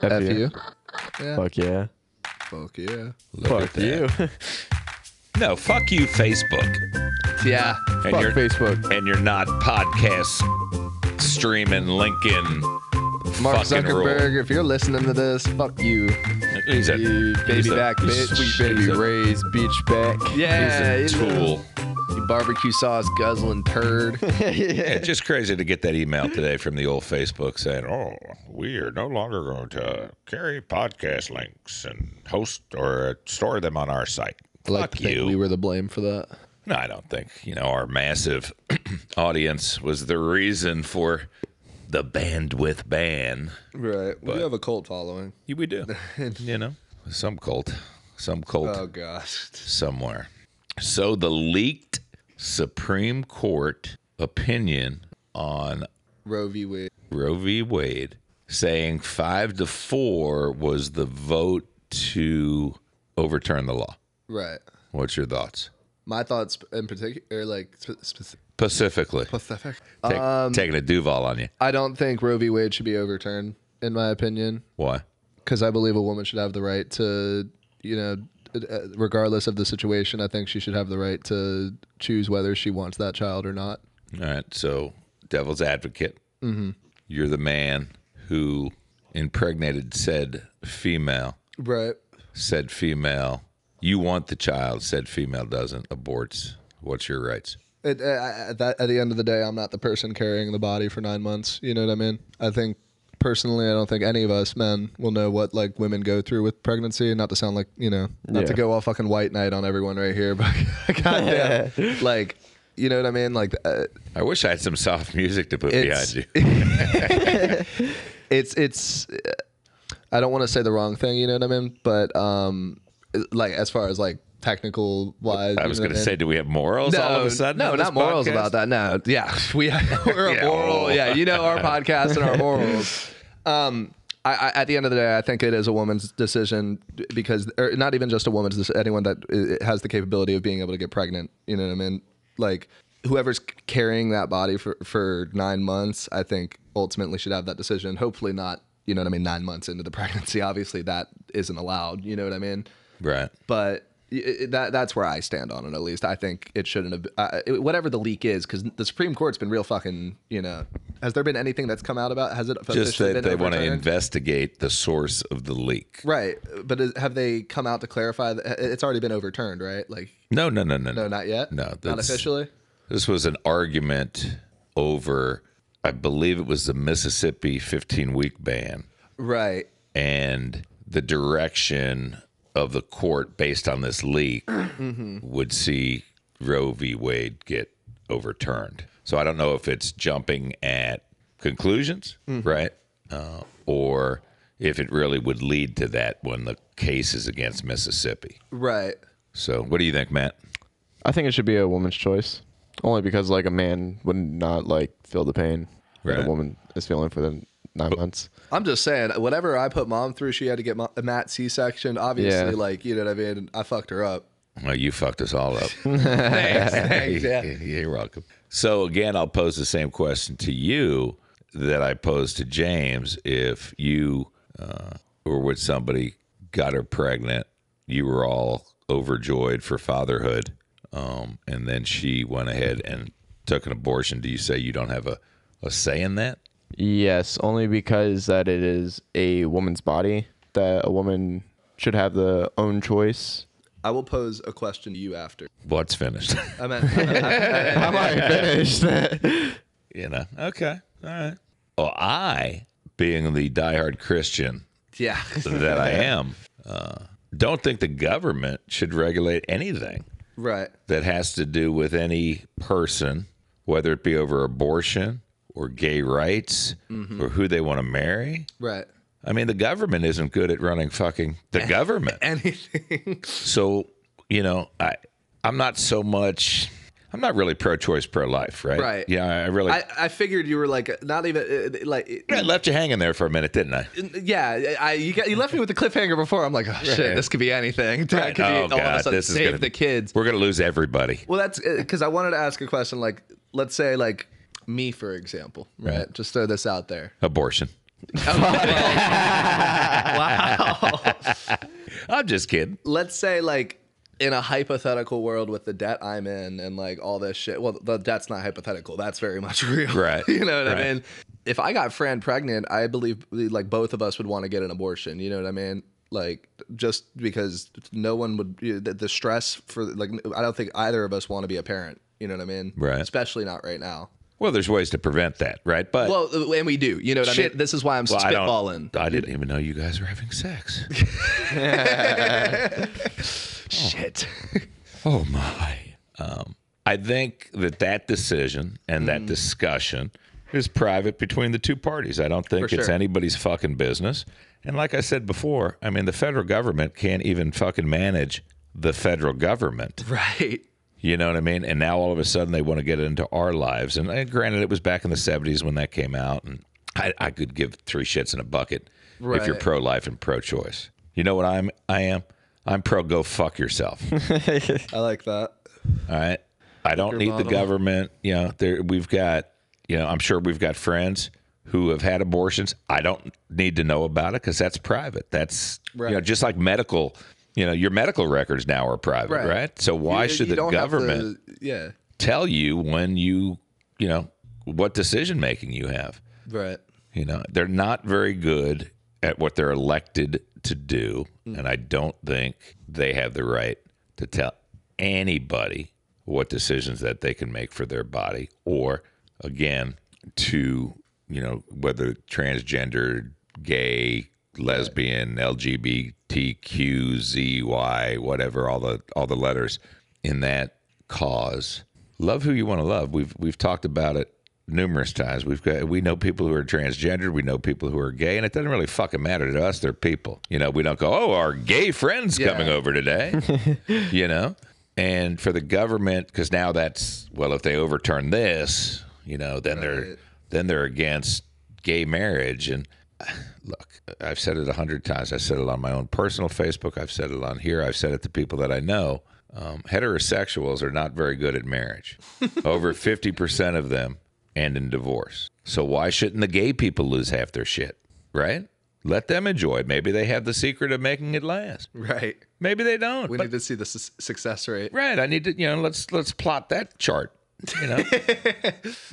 F, F you. you. Yeah. Fuck yeah. Fuck yeah. Fuck you. No, fuck you, Facebook. Yeah. Fuck you're- Facebook. And you're not podcast streaming Lincoln. Mark fucking rule. Zuckerberg, if you're listening to this, fuck you. He's a, You baby he's a- back he's- bitch. he's baby a- raised bitch back. Yeah. he's a you know. tool. You barbecue sauce guzzling turd. Yeah, just crazy to get that email today from the old Facebook saying, "Oh, we are no longer going to carry podcast links and host or store them on our site." I like Fuck to think you. we were the blame for that. no, I don't think you know our massive audience was the reason for the bandwidth ban. Right. We have a cult following. Yeah, we do. you know, some cult, some cult Uh, Oh, gosh. somewhere. So the leaked Supreme Court opinion on Roe v. Wade. Roe v. Wade, saying five to four was the vote to overturn the law. Right. What's your thoughts? My thoughts in particular, are like sp- specific. Specifically, Pacific. Take- taking a Duval on you. I don't think Roe v. Wade should be overturned, in my opinion, Why? because I believe a woman should have the right to, you know, uh, regardless of the situation, I think she should have the right to choose whether she wants that child or not. All right. So, devil's advocate, mm-hmm. you're the man who impregnated said female. Right. Said female, you want the child. Said female doesn't. Aborts. What's your rights? It, uh, at, that, at the end of the day, I'm not the person carrying the body for nine months. You know what I mean? I think personally, I don't think any of us men will know what like women go through with pregnancy. Not to sound like you know, not to Yeah. go all fucking white knight on everyone right here, but goddamn, like you know what I mean? Like uh, I wish I had some soft music to put It's- behind you. it's it's. uh, I don't want to say the wrong thing. You know what I mean? But um, like as far as like technical wise, I was going to say, do we have morals all of a sudden? No, on this not morals podcast? about that. No, yeah, we we're Yeah, a moral. moral. Yeah, you know our podcast and our morals. Um, I, I, at the end of the day, I think it is a woman's decision because, or not even just a woman's, deci- anyone that i- has the capability of being able to get pregnant. You know what I mean? Like whoever's carrying that body for for nine months, I think ultimately should have that decision. Hopefully not. You know what I mean? Nine months into the pregnancy, obviously that isn't allowed. You know what I mean? Right. but i- i- that that's where I stand on it. At least I think it shouldn't have. Uh, it- whatever the leak is, because the Supreme Court's been real fucking. You know, has there been anything that's come out about? Has it Just officially that been they want to overturned? investigate the source of the leak. Right, but is, have they come out to clarify that it's already been overturned? Right, like No, no, no, no, no, not yet. No, not that's- officially. This was an argument over, I believe it was the Mississippi 15 week ban Right, and the direction of the court based on this leak would see Roe v. Wade get overturned. So I don't know if it's jumping at conclusions, right? Uh, or if it really would lead to that when the case is against Mississippi. right. So what do you think, Matt? I think it should be a woman's choice, only because like a man would not like feel the pain that Right. a woman is feeling for the nine months. I'm just saying, whatever I put mom through, she had to get mo- Matt C-section. Obviously, Yeah. like you know what I mean. I fucked her up. Well, you fucked us all up. yeah. You're welcome. So again, I'll pose the same question to you that I posed to James. If you uh, were with somebody, got her pregnant, you were all overjoyed for fatherhood, um, and then she went ahead and took an abortion. Do you say you don't have a, a say in that? Yes, only because that it is a woman's body that a woman should have the own choice. I will pose a question to you after. Well, it's finished. I meant, I meant- Am I finished? you know. Okay. All right. Well, I, being the diehard Christian yeah. that I am, uh, don't think the government should regulate anything right. that has to do with any person, whether it be over abortion or gay rights Mm-hmm. or who they want to marry. Right. I mean, the government isn't good at running fucking the government. Anything. So, you know, I I'm not so much I'm not really pro-choice, pro-life, right? Right. Yeah, I really I, I figured you were like not even uh, like I left you hanging there for a minute, didn't I? yeah. I you, got, you left me with the cliffhanger before. I'm like, oh shit, this could be anything. That could be Oh, all of a God, sudden this is save gonna- the kids. We're gonna lose everybody. Well, that's because I wanted to ask a question. Like, let's say like Oh, me for example, right? Just throw this out there. Abortion. I'm just kidding. let's say like in a hypothetical world with the debt I'm in and like all this shit. Well, the debt's not hypothetical. That's very much real. Right. you know what I Right. mean? If I got Fran pregnant, I believe like both of us would want to get an abortion. You know what I mean? Like just because no one would you know, the, the stress for like I don't think either of us want to be a parent. You know what I mean? Right. Especially not right now. Well, there's ways to prevent that, right? But Well, and we do. You know what I Shit. mean? This is why I'm Well, I don't- spitballing. I didn't even know you guys were having sex. Shit. Oh my. Um, I think that that decision and Mm. that discussion is private between the two parties. I don't think For it's sure. anybody's fucking business. And like I said before, I mean, the federal government can't even fucking manage the federal government. right. You know what I mean? And now all of a sudden they want to get into our lives. And uh, granted, it was back in the 70s when that came out. And I, I could give three shits in a bucket if you're Right. pro life and pro choice. You know what I'm? I am? I'm pro go fuck yourself. I like that. All right. I don't need the government. You know, there we've got, you know, I'm sure we've got friends who have had abortions. I don't need to know about it because that's private. That's you know, Right. just like medical. You know, your medical records now are private, right? Right. So why You- should you the don't have to- government yeah. tell you when you, you know, what decision making you have? Right. You know, they're not very good at what they're elected to do. And I don't think they have the right to tell anybody what decisions that they can make for their body or, again, to, you know, whether transgender, gay, lesbian, LGBTQZY, whatever, all the all the letters in that cause. Love who you want to love. We've we've talked about it numerous times. We've got we know people who are transgendered, we know people who are gay, and it doesn't really fucking matter to us. They're people. You know, we don't go, oh, our gay friends Yeah. coming over today. you know, and for the government, because now that's well, if they overturn this, you know, then they're Right. then they're against gay marriage and. Look, I've said it a hundred times. I said it on my own personal Facebook. I've said it on here. I've said it to people that I know. Um, heterosexuals are not very good at marriage. Over 50% of them end in divorce. So why shouldn't the gay people lose half their shit, right? Let them enjoy it. Maybe they have the secret of making it last. Right. Maybe they don't. We but- need to see the su- success rate. Right. I need to, you know, let's let's plot that chart, you know.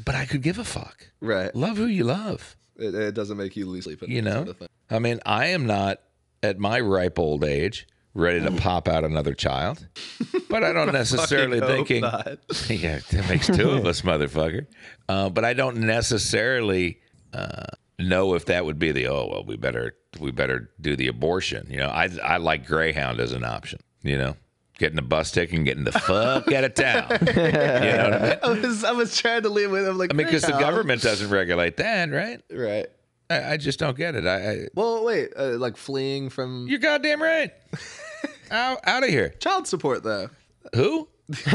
but I could give a fuck. Right. Love who you love. It, it doesn't make you lose sleep. at You night, know, sort of thing. I mean, I am not at my ripe old age ready to pop out another child, but I don't necessarily Fucking hope thinking. not. yeah, that makes two of us, motherfucker. Uh, but I don't necessarily uh, know if that would be the oh well, we better we better do the abortion. You know, I I like Greyhound as an option. You know, getting a bus ticket and getting the fuck out of town. you know what I mean? I was, I was trying to leave with him. Like, I mean, because the "Hey, Tom." government doesn't regulate that, right? Right. I, I just don't get it. I, I Well, wait. Uh, like fleeing from you're goddamn right. out out of here. child support, though. Who?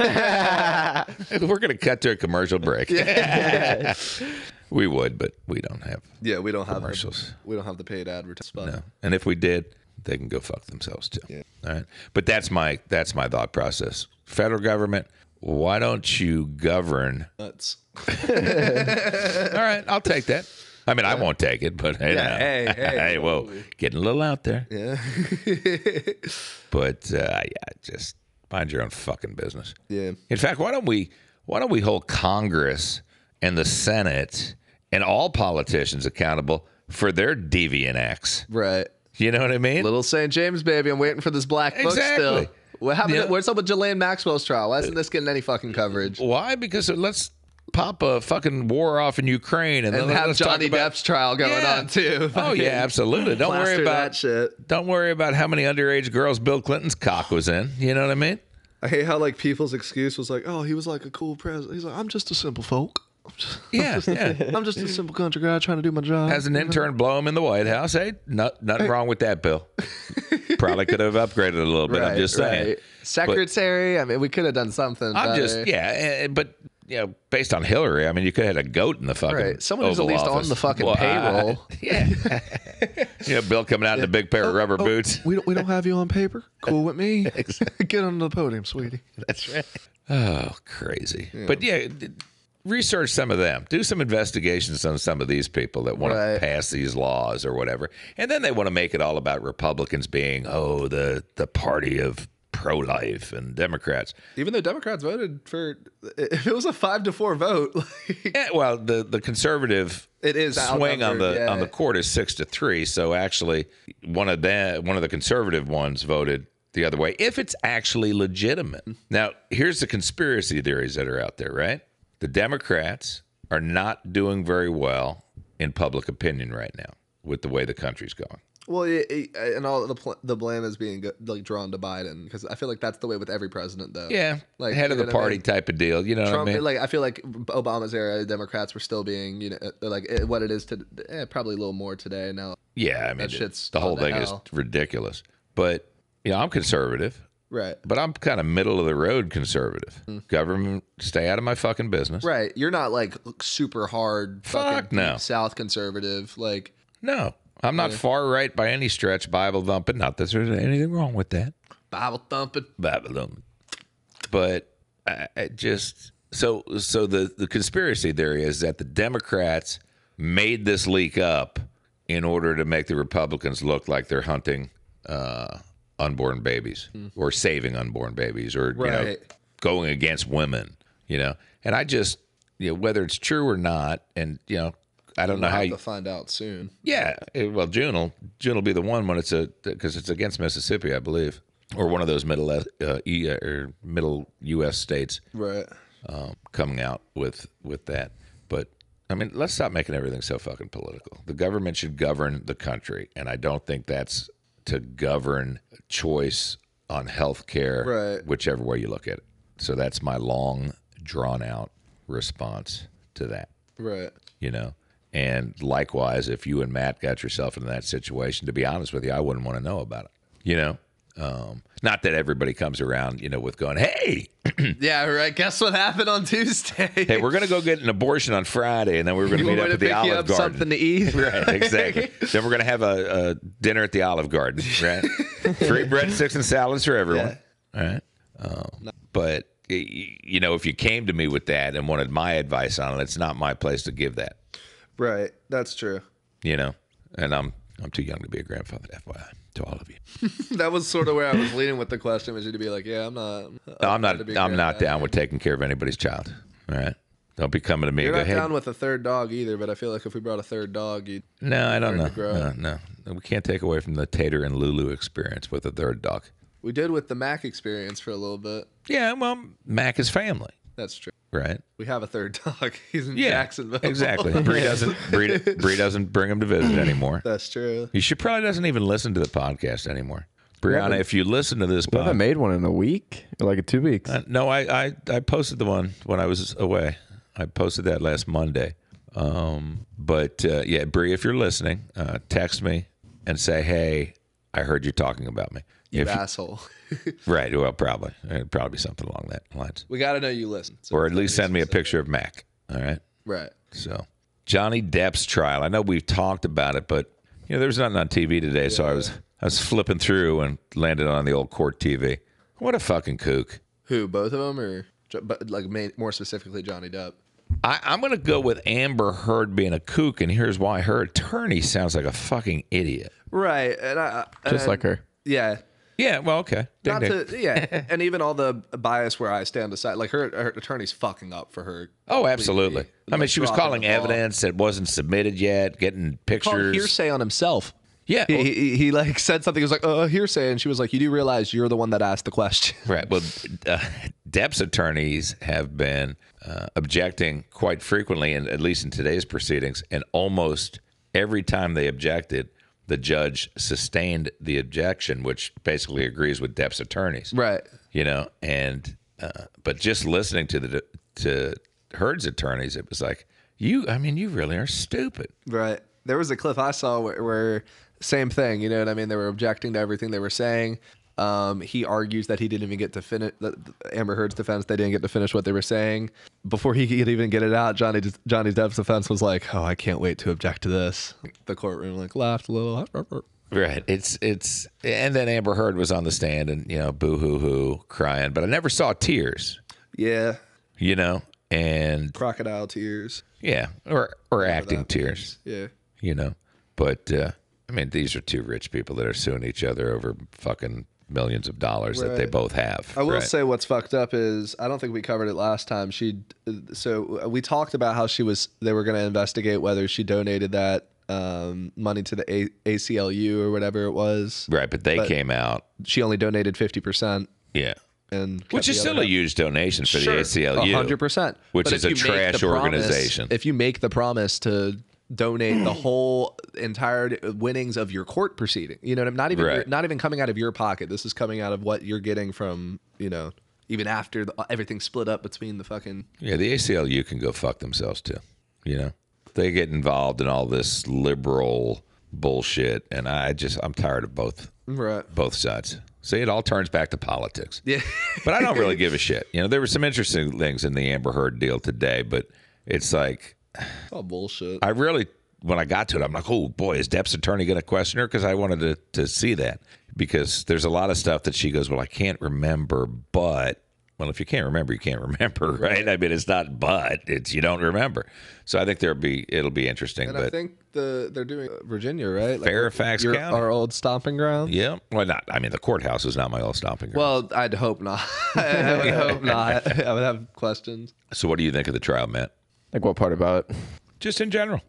We're gonna cut to a commercial break. we would, but we don't have Yeah, we don't have commercials. The, we don't have the paid advertising. No. And if we did, they can go fuck themselves too. All right. But that's my that's my thought process. Federal government, why don't you govern? Nuts. All right, I'll take that. I mean, I won't take it, but hey, Yeah, now. hey, hey, whoa, getting a little out there. Yeah. But uh, yeah, just mind your own fucking business. yeah. In fact, why don't we why don't we hold Congress and the Senate and all politicians accountable for their deviant acts? Right. You know what I mean? Little St. James, baby. I'm waiting for this black book Exactly. still. What happened? Yeah. What's up with Jelaine Maxwell's trial? Why isn't this getting any fucking coverage? Why? Because let's pop a fucking war off in Ukraine and, And then have let's talk Johnny about- Depp's trial going Yeah. on too. Oh yeah, absolutely. Don't Plaster worry about that shit. Don't worry about how many underage girls Bill Clinton's cock was in. You know what I mean? I hate how like people's excuse was like, "Oh, he was like a cool president." He's like, "I'm just a simple folk. I'm just, Yeah, yeah. I'm just a simple country guy trying to do my job." Has an intern blow him in the White House? Hey, no, nothing wrong with that, Bill. Probably could have upgraded a little bit. I'm just saying. Secretary. I mean, we could have done something. I'm better. just yeah, eh, eh, but you know, based on Hillary, I mean, you could have had a goat in the fucking Right. Someone who's at Oval least on Office. the fucking I- payroll. Oh, yeah, you know, Bill coming out in a big pair of rubber boots. We don't. We don't have you on paper. Cool with me. Get under the podium, sweetie. That's right. Oh, crazy. But yeah, d- research some of them. Do some investigations on some of these people that want Right. to pass these laws or whatever. And then they want to make it all about Republicans being, oh, the the party of pro life and Democrats. Even though Democrats voted for, if it was a five to four vote, like, Eh, well, the the conservative It is swing on the outnumbered, yeah. on the court is six to three. So actually, one of the one of the conservative ones voted the other way. If it's actually legitimate. Now, here's the conspiracy theories that are out there. Right, the Democrats are not doing very well in public opinion right now with the way the country's going. well, it, it- and all the pl- the blame is being go- like drawn to Biden because I feel like that's the way with every president though. Yeah, Like, like head of you the know what I party mean? type of deal. You know Trump, what I mean? like I feel like Obama's era, Democrats were still being, you know, uh, like eh, what it is to eh, probably a little more today now. yeah, I mean, shit's the whole gone to thing is hell. ridiculous. But you know, I'm conservative. Right. but I'm kind of middle of the road conservative. Government, stay out of my fucking business. Right. You're not like super hard Fuck fucking no. deep South conservative. Like No, I'm not far right by any stretch, Bible thumping. Not that there's anything wrong with that. Bible thumping. Bible thumping. But I, I just so so the the conspiracy theory is that the Democrats made this leak up in order to make the Republicans look like they're hunting uh, unborn babies or saving unborn babies or you know, Right. going against women, you know. And I just, you know, whether it's true or not, and you know, I don't know We'll how have you, to find out soon. yeah. eh, well, June will June will be the one when it's a because it's against Mississippi, I believe, or one of those middle uh, e, uh, or middle U.S. states Right. um, coming out with with that. But I mean, let's stop making everything so fucking political. The government should govern the country, and I don't think that's to govern choice on health care, Right. whichever way you look at it. So that's my long, drawn out response to that Right. you know. And likewise, if you and Matt got yourself into that situation, to be honest with you, I wouldn't want to know about it. You know, um, not that everybody comes around, you know, with going, "Hey, yeah. Right. Guess what happened on Tuesday? hey, we're going to go get an abortion on Friday, and then we're going to meet up at the Olive Garden." something to eat. Right, exactly. then we're going to have a, a dinner at the Olive Garden, right? Free breadsticks and salads for everyone. All right. Um, but, y- y- you know, if you came to me with that and wanted my advice on it, it's not my place to give that. Right. That's true. you know. And I'm I'm too young to be a grandfather, FYI, to all of you. That was sort of where I was leaning with the question was you to be like, yeah, I'm not. I'm not to be a I'm not grandfather. down with taking care of anybody's child. All right. Don't be coming to me You're and not go, hey, down with a third dog either, but I feel like if we brought a third dog, you'd. no, I don't know. grow. No, no, we can't take away from the Tater and Lulu experience with a third dog. We did with the Mac experience for a little bit. Yeah, well, Mac is family, That's true. right? We have a third dog. He's in Yeah, Jacksonville. exactly. Bree doesn't Bree, Bree doesn't bring him to visit anymore. That's true. She probably doesn't even listen to the podcast anymore. Brianna, if you listen to this I haven't podcast, made one in a week, like two weeks. Uh, no, I, I I posted the one when I was away. I posted that last Monday. Um, but uh, yeah, Bree, if you're listening, uh, text me and say, "Hey, I heard you talking about me." You If- asshole. right, well, probably it'd probably be something along that lines, we got to know you listen. So or at least send me a picture of Mac. All right, Right. so Johnny Depp's trial. I know we've talked about it, but you know there was nothing on TV today, so I was I was flipping through and landed on the old court TV. What a fucking kook! Who? Both of them, or Jo- but like ma- more specifically Johnny Depp? I, I'm going to go with Amber Heard being a kook, and here's why her attorney sounds like a fucking idiot. Right. And I, Just like her. Yeah. Yeah, well, okay. Ding, Not ding. to, yeah, and even all the bias where I stand aside, like her, her attorney's fucking up for her. oh, absolutely. completely, I mean, like, she was dropping calling the ball. evidence that wasn't submitted yet, getting Called pictures. hearsay on himself. Yeah. He, well, he, he like said something. He was like, "Uh, hearsay," and she was like, "You do realize you're the one that asked the question." Right. Well, uh, Depp's attorneys have been uh, objecting quite frequently, and at least in today's proceedings, and almost every time they objected, the judge sustained the objection, which basically agrees with Depp's attorneys. Right. you know and uh, but just listening to the to Heard's attorneys it was like you I mean you really are stupid Right. There was a clip I saw where, where same thing. You know what I mean? They were objecting to everything they were saying. Um, he argues that he didn't even get to finish Amber Heard's defense. They didn't get to finish what they were saying before he could even get it out. Johnny Johnny Depp's defense was like, "Oh, I can't wait to object to this." The courtroom like laughed a little. right it's it's and then Amber Heard was on the stand and you know boo hoo hoo crying but I never saw tears Yeah, you know and Crocodile tears. yeah, or or acting that tears, Yeah. you know. But uh, I mean, these are two rich people that are suing each other over fucking millions of dollars that they Right. both have. I will right? say what's fucked up is I don't think we covered it last time. She so uh, we talked about how she was they were going to investigate whether she donated that um, money to the A- ACLU or whatever it was. right, but they came out, She only donated 50% yeah, and which is still a huge donation for the ACLU, 100%. which But is if you a make trash the promise- organization. if you make the promise to donate the whole entire winnings of your court proceeding, you know what I'm not even Right. not even coming out of your pocket. This is coming out of what you're getting from, you know, even after the, everything's split up between the fucking Yeah, the ACLU can go fuck themselves too. You know, they get involved in all this liberal bullshit, and I just I'm tired of both right. both sides. See, it all turns back to politics. Yeah. but I don't really give a shit. You know, there were some interesting things in the Amber Heard deal today, but it's like Oh bullshit. I really when I got to it, I'm like, oh boy, is Depp's attorney going to question her? Because I wanted to to see that because there's a lot of stuff that she goes, well, I can't remember, but well, if you can't remember, you can't remember, right? I mean, it's not but it's you don't remember. So I think there'll be it'll be interesting, and I but. think the they're doing uh, Virginia, right? Like, Fairfax your- County. our old stomping ground. yeah, well, not. I mean, the courthouse is not my old stomping ground. Well, I'd hope not. I would hope not. I would have questions. so, what do you think of the trial, Matt? Like what part about it? Just in general,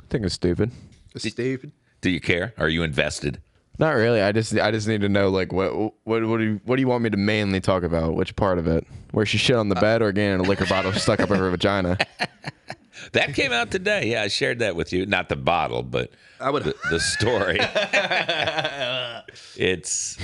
I think it's stupid. Steve, do you care? Are you invested? Not really. I just I just need to know like what what what do you, what do you want me to mainly talk about? Which part of it? Where she shit on the bed or getting a liquor bottle stuck up her vagina? That came out today. Yeah, I shared that with you. Not the bottle, but I would the, the story. it's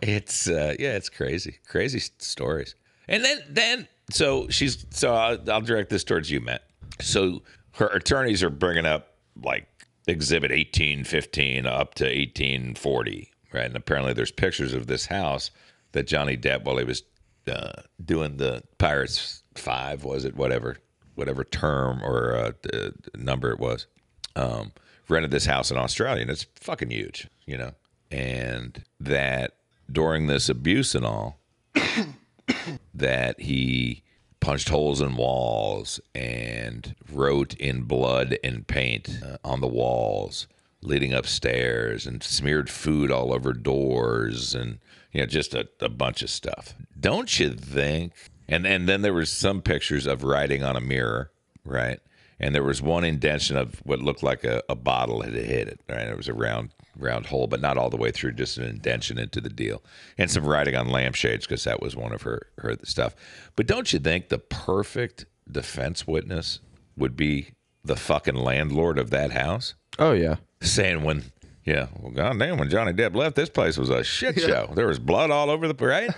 it's uh, yeah, it's crazy, crazy s- stories. And then then so she's so I'll, I'll direct this towards you, Matt. So her attorneys are bringing up like exhibit eighteen fifteen up to eighteen forty, right? And apparently there's pictures of this house that Johnny Depp while he was uh, doing the Pirates Five was it whatever whatever term or uh, the the number it was um, rented this house in Australia, and it's fucking huge, you know. And that during this abuse and all, that he punched holes in walls and wrote in blood and paint uh, on the walls leading upstairs and smeared food all over doors and you know just a, a bunch of stuff don't you think and and then there was some pictures of writing on a mirror right and there was one indention of what looked like a, a bottle had hit it right it was a round round hole but not all the way through just an indention into the deal and some writing on lampshades because that was one of her her stuff but don't you think the perfect defense witness would be the fucking landlord of that house Oh yeah. saying when yeah well goddamn when johnny depp left this place was a shit show there was blood all over the right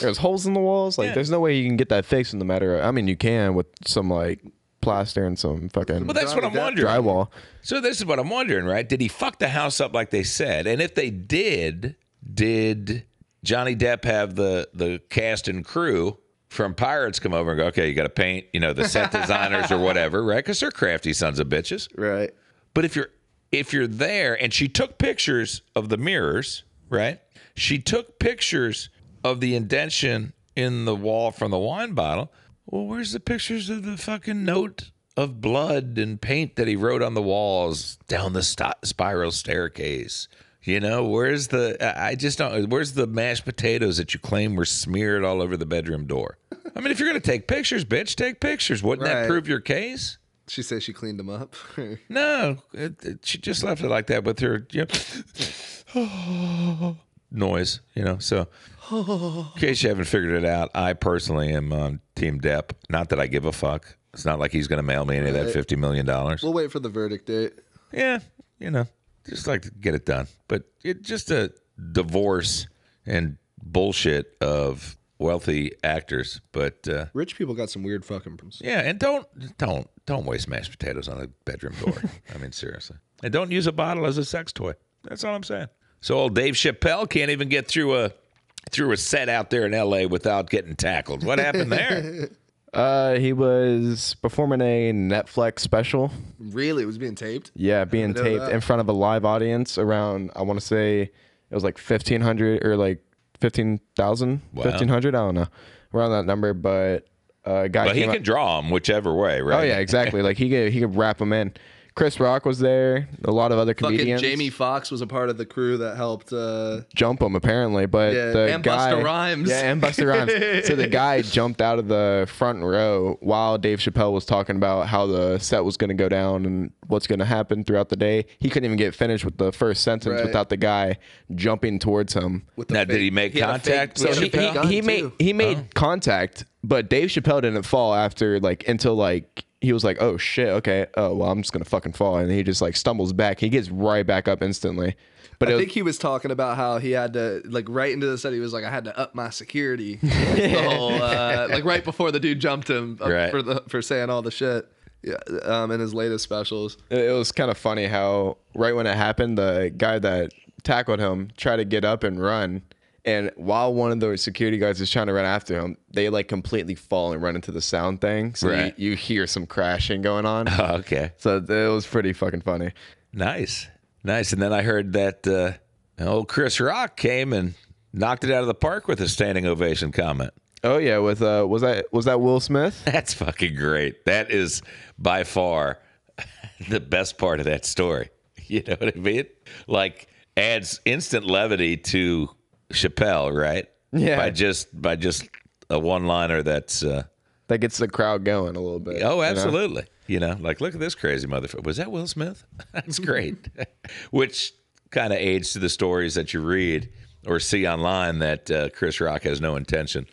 There's holes in the walls. Like there's no way you can get that fixed in the matter. Of, I mean, you can with some like plaster and some fucking well that's what i'm Johnny Depp wondering drywall. So this is what I'm wondering, right? Did he fuck the house up like they said? And if they did, did Johnny Depp have the the cast and crew from Pirates come over and go, okay, you got to paint, you know, the set designers or whatever, right? Because they're crafty sons of bitches. right. But if you're if you're there and she took pictures of the mirrors, right? She took pictures of the indention in the wall from the wine bottle. Well, where's the pictures of the fucking note of blood and paint that he wrote on the walls down the sti- spiral staircase? You know, where's the I I just don't where's the mashed potatoes that you claim were smeared all over the bedroom door? I mean, if you're going to take pictures, bitch, take pictures. Wouldn't that Right. prove your case? She says she cleaned them up. No, it, it- she just left it like that with her you know, noise, you know. So, in case you haven't figured it out, I personally am on Team Depp. Not that I give a fuck. It's not like he's going to mail me any of that fifty million dollars. we'll wait for the verdict date. yeah, you know, just like to get it done. But it just a divorce and bullshit of wealthy actors. But uh, Rich people got some weird fucking problems. yeah, and don't don't don't waste mashed potatoes on a bedroom door. I mean, seriously. And don't use a bottle as a sex toy. That's all I'm saying. So old Dave Chappelle can't even get through a through a set out there in LA without getting tackled. What happened there? Uh, he was performing a Netflix special. Really, it was being taped. Yeah, being know taped that. in front of a live audience around I want to say it was like 1500 or like 15,000, 1500, I don't know. Around that number, but Uh, a guy But he came can out- draw them whichever way, right? Oh yeah, exactly. Like he could he could wrap them in. Chris Rock was there. A lot of other Fucking comedians. Jamie Foxx was a part of the crew that helped. Uh, jump him apparently, but Yeah, the and guy Busta Rhymes. yeah, and Buster Rhymes. so the guy jumped out of the front row while Dave Chappelle was talking about how the set was going to go down and what's going to happen throughout the day. He couldn't even get finished with the first sentence Right. without the guy jumping towards him. with the Now, did fake- he make had a contact? fake- with So he, had a fake gun, he, he made too. he made contact, but Dave Chappelle didn't fall after like until like he was like, oh shit, okay, oh well, I'm just gonna fucking fall, and he just like stumbles back. He gets right back up instantly. But it I was, think he was talking about how he had to like right into the set. He was like, I had to up my security. the whole, uh, like right before the dude jumped him up Right. for the, for saying all the shit. Yeah, um, in his latest specials. it it was kind of funny how right when it happened, the guy that tackled him tried to get up and run, and while one of the security guards was trying to run after him, they like completely fall and run into the sound thing. So Right. you, you hear some crashing going on. Oh, okay. so it was pretty fucking funny. Nice, nice. And then I heard that uh, old Chris Rock came and knocked it out of the park with a standing ovation comment. Oh yeah, with uh, was that was that Will Smith? That's fucking great. That is by far the best part of that story. You know what I mean? Like adds instant levity to Chappelle, right? Yeah. By just by just a one liner that's uh, That gets the crowd going a little bit. you oh know? absolutely. You know? like look at this crazy motherfucker. Was that Will Smith? That's great. Which kind of aids to the stories that you read or see online that uh, Chris Rock has no intention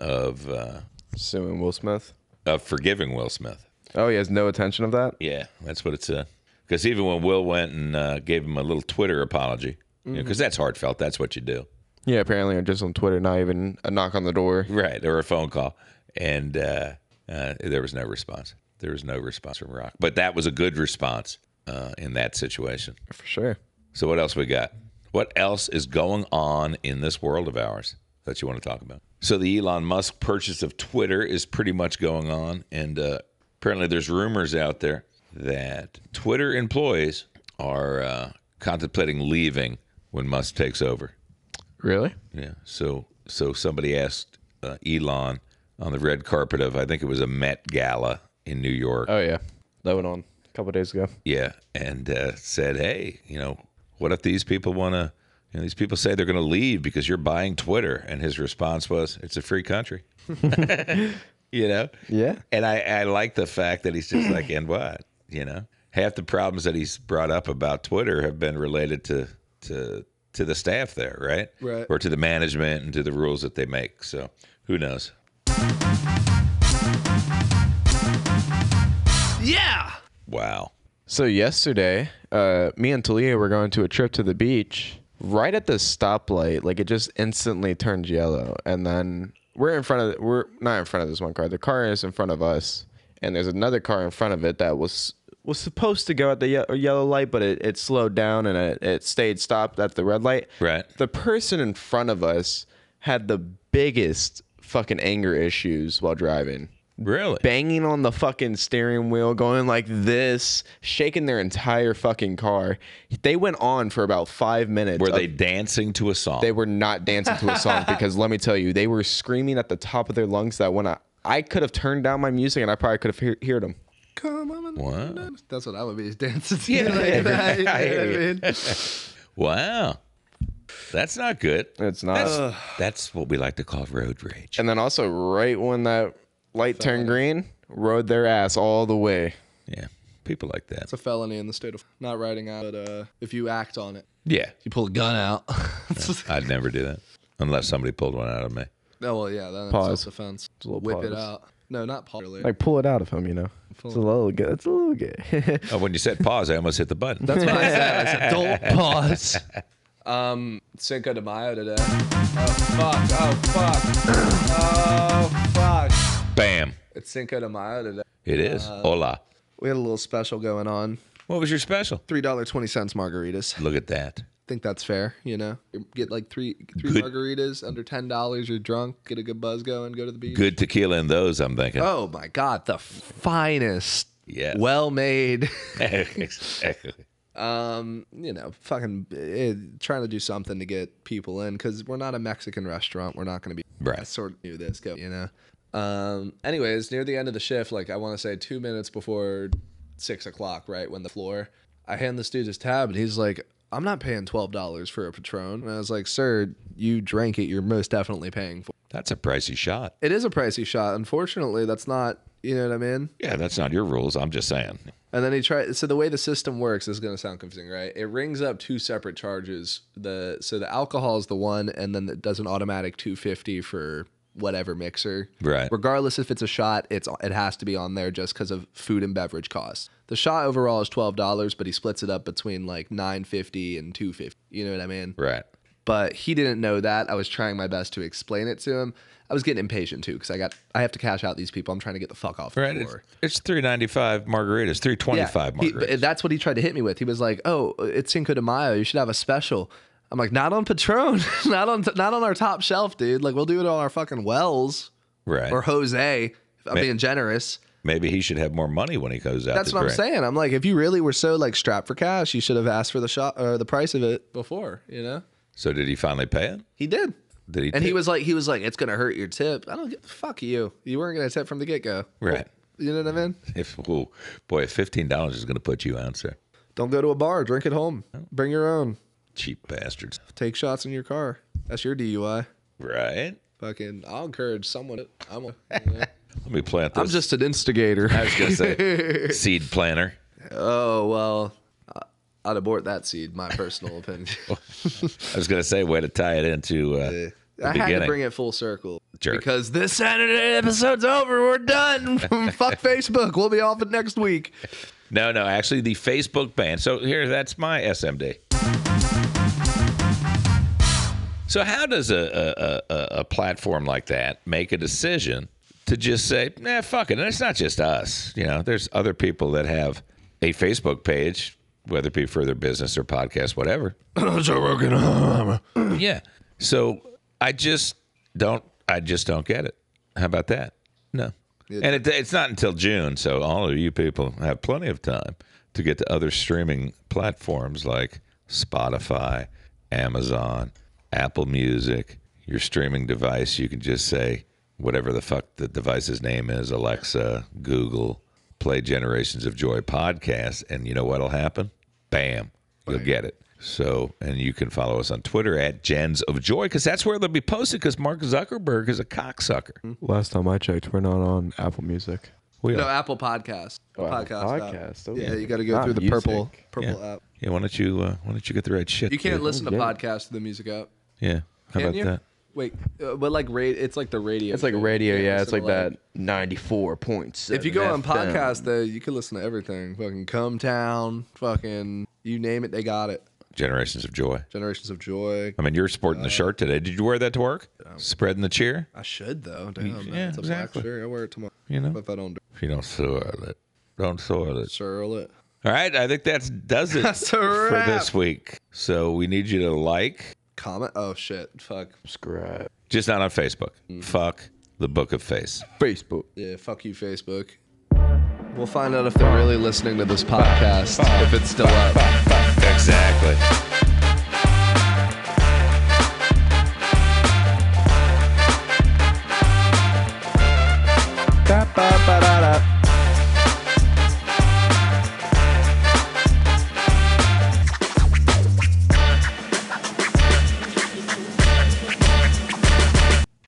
of uh, Suing Will Smith. of forgiving Will Smith. Oh, he has no intention of that. Yeah, that's what it said. Because even when Will went and uh, gave him a little Twitter apology, because that's heartfelt. That's what you do, Yeah, apparently just on Twitter, not even a knock on the door. right? Or a phone call, and uh, uh, there was no response. There was no response from Rock, but that was a good response uh, in that situation. For sure. So what else we got? What else is going on in this world of ours that you want to talk about? So the Elon Musk purchase of Twitter is pretty much going on, and uh, apparently there's rumors out there that Twitter employees are uh, contemplating leaving when Musk takes over. Really? Yeah. So so somebody asked uh, Elon on the red carpet of I think it was a Met Gala in New York. Oh yeah, that went on a couple days ago. Yeah, and uh, said, "Hey, you know, what if these people want to? You know, these people say they're going to leave because you're buying Twitter." And his response was, "It's a free country." you know. Yeah. And I I like the fact that he's just like, "And what?" You know, half the problems that he's brought up about Twitter have been related to to to the staff there, right? Right. Or to the management and to the rules that they make. So who knows? Yeah. Wow. So yesterday, uh, me and Talia were going to a trip to the beach. Right at the stoplight, like it just instantly turned yellow, and then we're in front of we're not in front of this one car. The car is in front of us, and there's another car in front of it that was was supposed to go at the ye- uh, yellow light, but it, it slowed down and it, it stayed stopped at the red light. Right. The person in front of us had the biggest fucking anger issues while driving Really? banging on the fucking steering wheel, going like this, shaking their entire fucking car. They went on for about five minutes. Were of- they dancing to a song? They were not dancing to a song because let me tell you, they were screaming at the top of their lungs that when I I could have turned down my music and I probably could have hear, heard them. Come on. Wow. That's what I would be dancing to like that. You know I what I hear you. mean? Wow. That's not good. It's not. That's, that's what we like to call road rage. And then also right when that light turned green, rode their ass all the way. Yeah. People like that. It's a felony in the state of not riding out, but uh, if you act on it, Oh, Yeah. you pull a gun out. I'd never do that unless somebody pulled one out of me. no, well, yeah, that's Pause. self-defense. a little Whip it pause. out. No, not pause. really. Like pull it out of him, you know. It's a little good. It's a little good. Oh, when you said pause, I almost hit the button. That's what I said. I said, don't pause. Um, Cinco de Mayo today. Oh fuck! Oh fuck! Oh fuck! Bam. It's Cinco de Mayo today. It is. Uh, Hola. We had a little special going on. What was your special? Three dollar twenty cents margaritas. Look at that. Think that's fair, you know. You Get like three three Good. margaritas under ten dollars. You're drunk. Get a good buzz going. Go to the beach. Good tequila in those, I'm thinking. Oh my god, the finest. Yes. Well made. Exactly. um, you know, fucking eh, trying to do something to get people in because we're not a Mexican restaurant. We're not going to be Right. I sort of knew this, go, you know. Um, anyways, near the end of the shift, like I want to say two minutes before six o'clock, right when the floor, I hand this dude his tab, and he's like, "I'm not paying twelve dollars for a Patron." And I was like, "Sir, you drank it. You're most definitely paying for." That's a pricey shot. It It is a pricey shot. Unfortunately, that's not. You know what I mean? Yeah, that's not your rules. I'm just saying. And then he tried. So the way the system works this is going to sound confusing, right? It rings up two separate charges. The so the alcohol is the one, and then it does an automatic two fifty for whatever mixer, Right. Regardless if it's a shot, it's it has to be on there just because of food and beverage costs. The shot overall is twelve dollars, but he splits it up between like nine fifty and two fifty. You know what I mean? Right. But he didn't know that. I was trying my best to explain it to him. I was getting impatient too because I got I have to cash out these people. I'm trying to get the fuck off the Right. It's, floor. it's 395 margaritas, 325 He- margaritas. but that's what he tried to hit me with. He was like, "Oh, it's Cinco de Mayo. You should have a special." I'm like, "Not on Patron. not on not on our top shelf, dude. Like, we'll do it on our fucking Wells right. or Jose. If I'm being generous. Maybe he should have more money when he goes out. That's to what I'm drink. saying. I'm like, if you really were so like strapped for cash, you should have asked for the shot or the price of it before. You know, So did he finally pay it? he did." Did he? And he tip? was like, he was like, it's gonna hurt your tip. I don't give fuck you. You weren't gonna tip from the get go, Right. You know what I mean? If oh, boy, if fifteen dollars is going to put you out, sir. Don't go to a bar. Drink at home. Bring your own. Cheap bastards. Take shots in your car. That's your DUI. Right. Fucking, I'll encourage someone. I'm, a, Let me plant this. I'm just an instigator. I was going to say seed planter. oh well, I- I'd abort that seed. My personal opinion. I was going to say way to tie it into uh, the I beginning. had to bring it full circle Jerk. because this Saturday episode's over. We're done. Fuck Facebook. We'll be off it next week. No, no, actually the Facebook ban. So here, that's my SMD. So how does a a, a- a, a platform like that make a decision to just say, nah, fuck it? And it's not just us. You know, there's other people that have a Facebook page, whether it be for their business or podcast, whatever. yeah. So I just don't. I just don't get it. How about that? No. and it, it's not until June, so all of you people have plenty of time to get to other streaming platforms like Spotify, Amazon, Apple Music, your streaming device. You can just say whatever the fuck the device's name is, Alexa, Google, play Generations of Joy podcast, and you know what'll happen? Bam, you'll get it. So, and you can follow us on Twitter at Gens of Joy because that's where they'll be posted. Because Mark Zuckerberg is a Hmm. cocksucker. Last time I checked, we're not on Apple Music. We No, are. Apple Podcast. podcast. app. podcast, oh, yeah, yeah. you got to go Not through the music. purple purple app. Yeah, why don't you uh, why don't you get the right shit? You can't dude? listen to yeah. podcasts to the music app. Yeah, how Can about you? that? Wait, uh, but like ra- it's like the radio. It's like thing. radio, You yeah. can't It's listen like to, that ninety-four points. If you go on podcast, though, you can listen to everything. Fucking Come Town, fucking you name it, they got it. Generations of Joy. Generations of Joy. I mean, you're sporting Uh, the shirt today. Did you wear that to work? um, Spreading the cheer. I should though. Damn, man. yeah, it's a exactly. black shirt. I wear it tomorrow. You know? if I don't If you don't soil it, don't soil it. swirl it. All right, I think that's does it That's a for wrap. this week. So we need you to like, Comment. Oh shit. Fuck. subscribe, just not on Facebook. Mm. Fuck the Book of Face. Facebook. Yeah. Fuck you, Facebook. We'll find out if they're really listening to this podcast. If it's still up. Exactly. Ba-ba-ba-da-da.